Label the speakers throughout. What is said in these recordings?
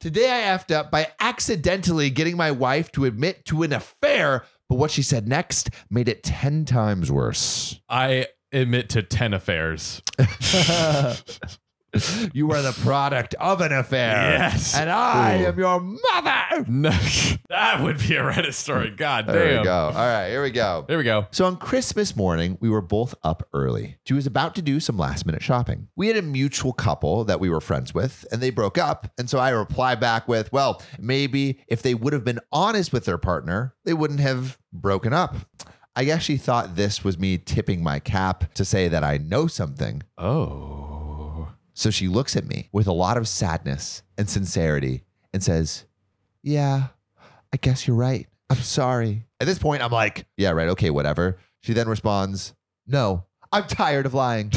Speaker 1: Today I effed up by accidentally getting my wife to admit to an affair, but what she said next made it 10 times worse.
Speaker 2: I admit to 10 affairs.
Speaker 1: You are the product of an affair.
Speaker 2: Yes.
Speaker 1: And I
Speaker 2: Ooh.
Speaker 1: am your mother.
Speaker 2: No, that would be a Reddit story. God damn.
Speaker 1: There we go. All right, here we go.
Speaker 2: There we go.
Speaker 1: So on Christmas morning, we were both up early. She was about to do some last minute shopping. We had a mutual couple that we were friends with, and they broke up. And so I reply back with, well, maybe if they would have been honest with their partner, they wouldn't have broken up. I guess she thought this was me tipping my cap to say that I know something.
Speaker 2: Oh.
Speaker 1: So she looks at me with a lot of sadness and sincerity and says, Yeah, I guess you're right. I'm sorry. At this point, I'm like, Yeah, right. Okay, whatever. She then responds, No, I'm tired of lying.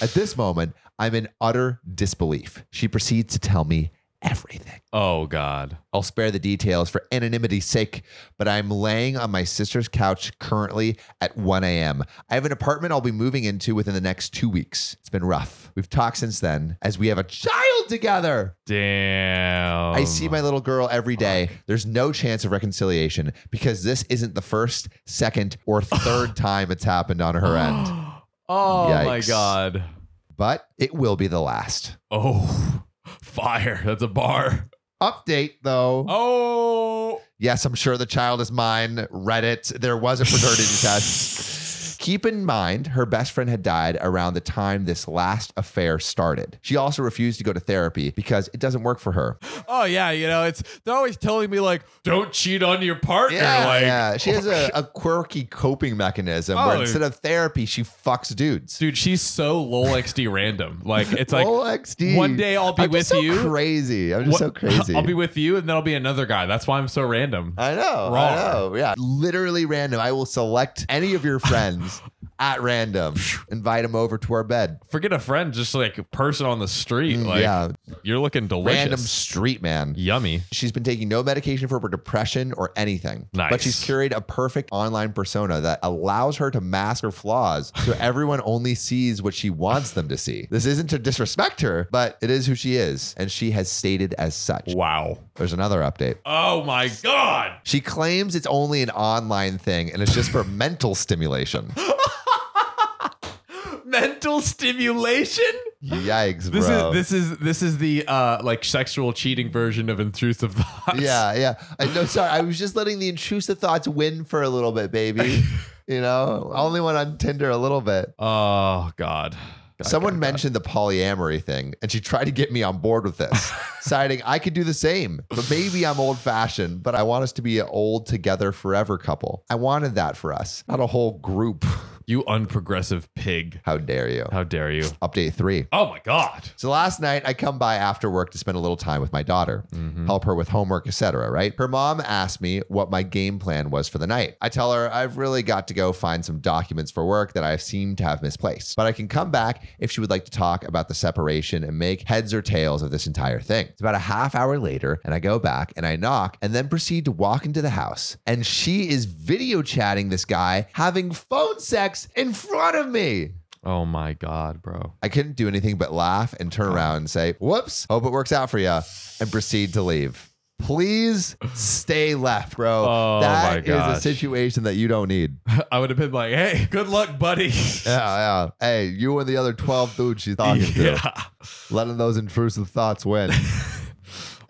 Speaker 1: At this moment, I'm in utter disbelief. She proceeds to tell me everything.
Speaker 2: Oh, God.
Speaker 1: I'll spare the details for anonymity's sake, but I'm laying on my sister's couch currently at 1 a.m. I have an apartment I'll be moving into within the next two weeks. It's been rough. We've talked since then, as we have a child together.
Speaker 2: Damn.
Speaker 1: I see my little girl every day. There's no chance of reconciliation because this isn't the first, second, or third time it's happened on her end,
Speaker 2: Oh, my
Speaker 1: Yikes.
Speaker 2: God.
Speaker 1: but it will be the last.
Speaker 2: Oh, fire. That's a bar.
Speaker 1: Update though.
Speaker 2: Oh.
Speaker 1: Yes, I'm sure the child is mine. Reddit. There was a paternity test. Keep in mind, her best friend had died around the time this last affair started. She also refused to go to therapy because it doesn't work for her.
Speaker 2: Oh, yeah. You know, it's they're always telling me, like, don't cheat on your partner.
Speaker 1: Yeah,
Speaker 2: like,
Speaker 1: yeah. She has a, a quirky coping mechanism
Speaker 2: Oh.
Speaker 1: where instead of therapy, she fucks dudes.
Speaker 2: dude, she's so lol XD random. Like, it's like
Speaker 1: Lol XD.
Speaker 2: one day I'll be
Speaker 1: I'm just so
Speaker 2: with you.
Speaker 1: Crazy. I'm just
Speaker 2: What-
Speaker 1: so crazy.
Speaker 2: I'll be with you, and then I'll be another guy. That's why I'm so random.
Speaker 1: I know.
Speaker 2: Raw.
Speaker 1: I know. Yeah. Literally random. I will select any of your friends at random, invite them over to our bed.
Speaker 2: Forget a friend, just like a person on the street.
Speaker 1: Mm,
Speaker 2: Like
Speaker 1: yeah.
Speaker 2: you're looking delicious,
Speaker 1: Random street man.
Speaker 2: yummy.
Speaker 1: She's been taking no medication for her depression or anything. But
Speaker 2: Nice.
Speaker 1: she's curated a perfect online persona that allows her to mask her flaws so everyone only sees what she wants them to see. This isn't to disrespect her, but it is who she is, and she has stated as such.
Speaker 2: Wow.
Speaker 1: There's another update.
Speaker 2: Oh my god.
Speaker 1: She claims it's only an online thing and it's just for mental stimulation.
Speaker 2: Mental stimulation.
Speaker 1: Yikes,
Speaker 2: This
Speaker 1: bro.
Speaker 2: is this is this is the uh like sexual cheating version of intrusive thoughts.
Speaker 1: yeah, yeah. I, no, sorry. I was just letting the intrusive thoughts win for a little bit, baby. you know, I only went on Tinder a little bit.
Speaker 2: Oh god. God,
Speaker 1: Someone
Speaker 2: God, God.
Speaker 1: mentioned the polyamory thing, and she tried to get me on board with this, citing I could do the same, but maybe I'm old fashioned, but I want us to be an old together forever couple. I wanted that for us, not a whole group.
Speaker 2: you unprogressive pig.
Speaker 1: How dare you?
Speaker 2: How dare you?
Speaker 1: Update three.
Speaker 2: Oh my god.
Speaker 1: So last night I come by after work to spend a little time with my daughter, help her with homework, etc. Right? Her mom asked me what my game plan was for the night. I tell her I've really got to go find some documents for work that I seem to have misplaced, but I can come back if she would like to talk about the separation and make heads or tails of this entire thing. It's about a half hour later, and I go back and I knock, and then proceed to walk into the house, and she is video chatting this guy having phone sex in front of me.
Speaker 2: Oh my god, bro.
Speaker 1: I couldn't do anything but laugh and
Speaker 2: Uh-huh.
Speaker 1: turn around and say, whoops, hope it works out for you, and proceed to leave. Please stay left, bro.
Speaker 2: Oh, my
Speaker 1: That is a
Speaker 2: gosh.
Speaker 1: situation that you don't need.
Speaker 2: I would have been like, hey, good luck, buddy.
Speaker 1: Yeah, yeah. Hey, you and the other 12 dudes she's talking to,
Speaker 2: yeah.
Speaker 1: letting those intrusive thoughts win.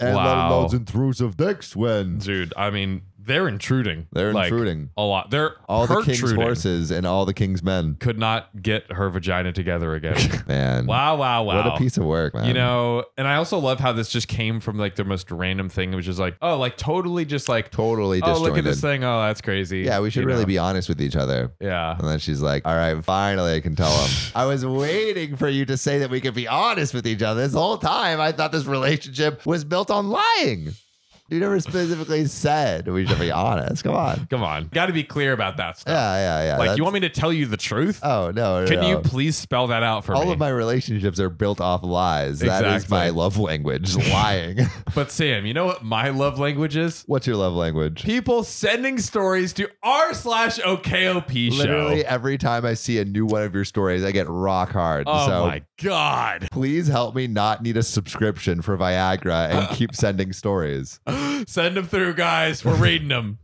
Speaker 1: and
Speaker 2: Wow.
Speaker 1: letting those intrusive dicks win.
Speaker 2: Dude, I mean, they're intruding.
Speaker 1: They're
Speaker 2: Like,
Speaker 1: intruding.
Speaker 2: a lot. They're
Speaker 1: All the king's
Speaker 2: protruding.
Speaker 1: horses and all the king's men.
Speaker 2: Could not get her vagina together again.
Speaker 1: Man.
Speaker 2: wow, wow, wow.
Speaker 1: What a piece of work, man.
Speaker 2: You know, and I also love how this just came from like the most random thing, which is like, oh, like totally just like,
Speaker 1: totally
Speaker 2: oh,
Speaker 1: disjointed.
Speaker 2: look at this thing. Oh, that's crazy.
Speaker 1: Yeah, we should
Speaker 2: You
Speaker 1: really
Speaker 2: know?
Speaker 1: be Uh, honest with each other.
Speaker 2: Yeah.
Speaker 1: And then she's like, "All right, finally, I can tell him. I was waiting for you to say that we could be honest with each other this whole time. I thought this relationship was built on lying." You never specifically said we should be honest. Come on.
Speaker 2: Come on. Got to be clear about that stuff.
Speaker 1: Yeah, yeah, yeah.
Speaker 2: like,
Speaker 1: That's-
Speaker 2: you want me to tell you the truth?
Speaker 1: Oh no! no,
Speaker 2: Can you
Speaker 1: no.
Speaker 2: please spell that out for
Speaker 1: All
Speaker 2: me?
Speaker 1: of my relationships are built off lies. That is
Speaker 2: Exactly.
Speaker 1: my love language. lying.
Speaker 2: but Sam, you know what my love language is?
Speaker 1: What's your love language?
Speaker 2: People sending stories to r slash OKOP show.
Speaker 1: Literally every time I see a new one of your stories, I get rock hard.
Speaker 2: oh
Speaker 1: so
Speaker 2: my god.
Speaker 1: please help me not need a subscription for Viagra and keep sending stories.
Speaker 2: Send them through, guys. We're reading them.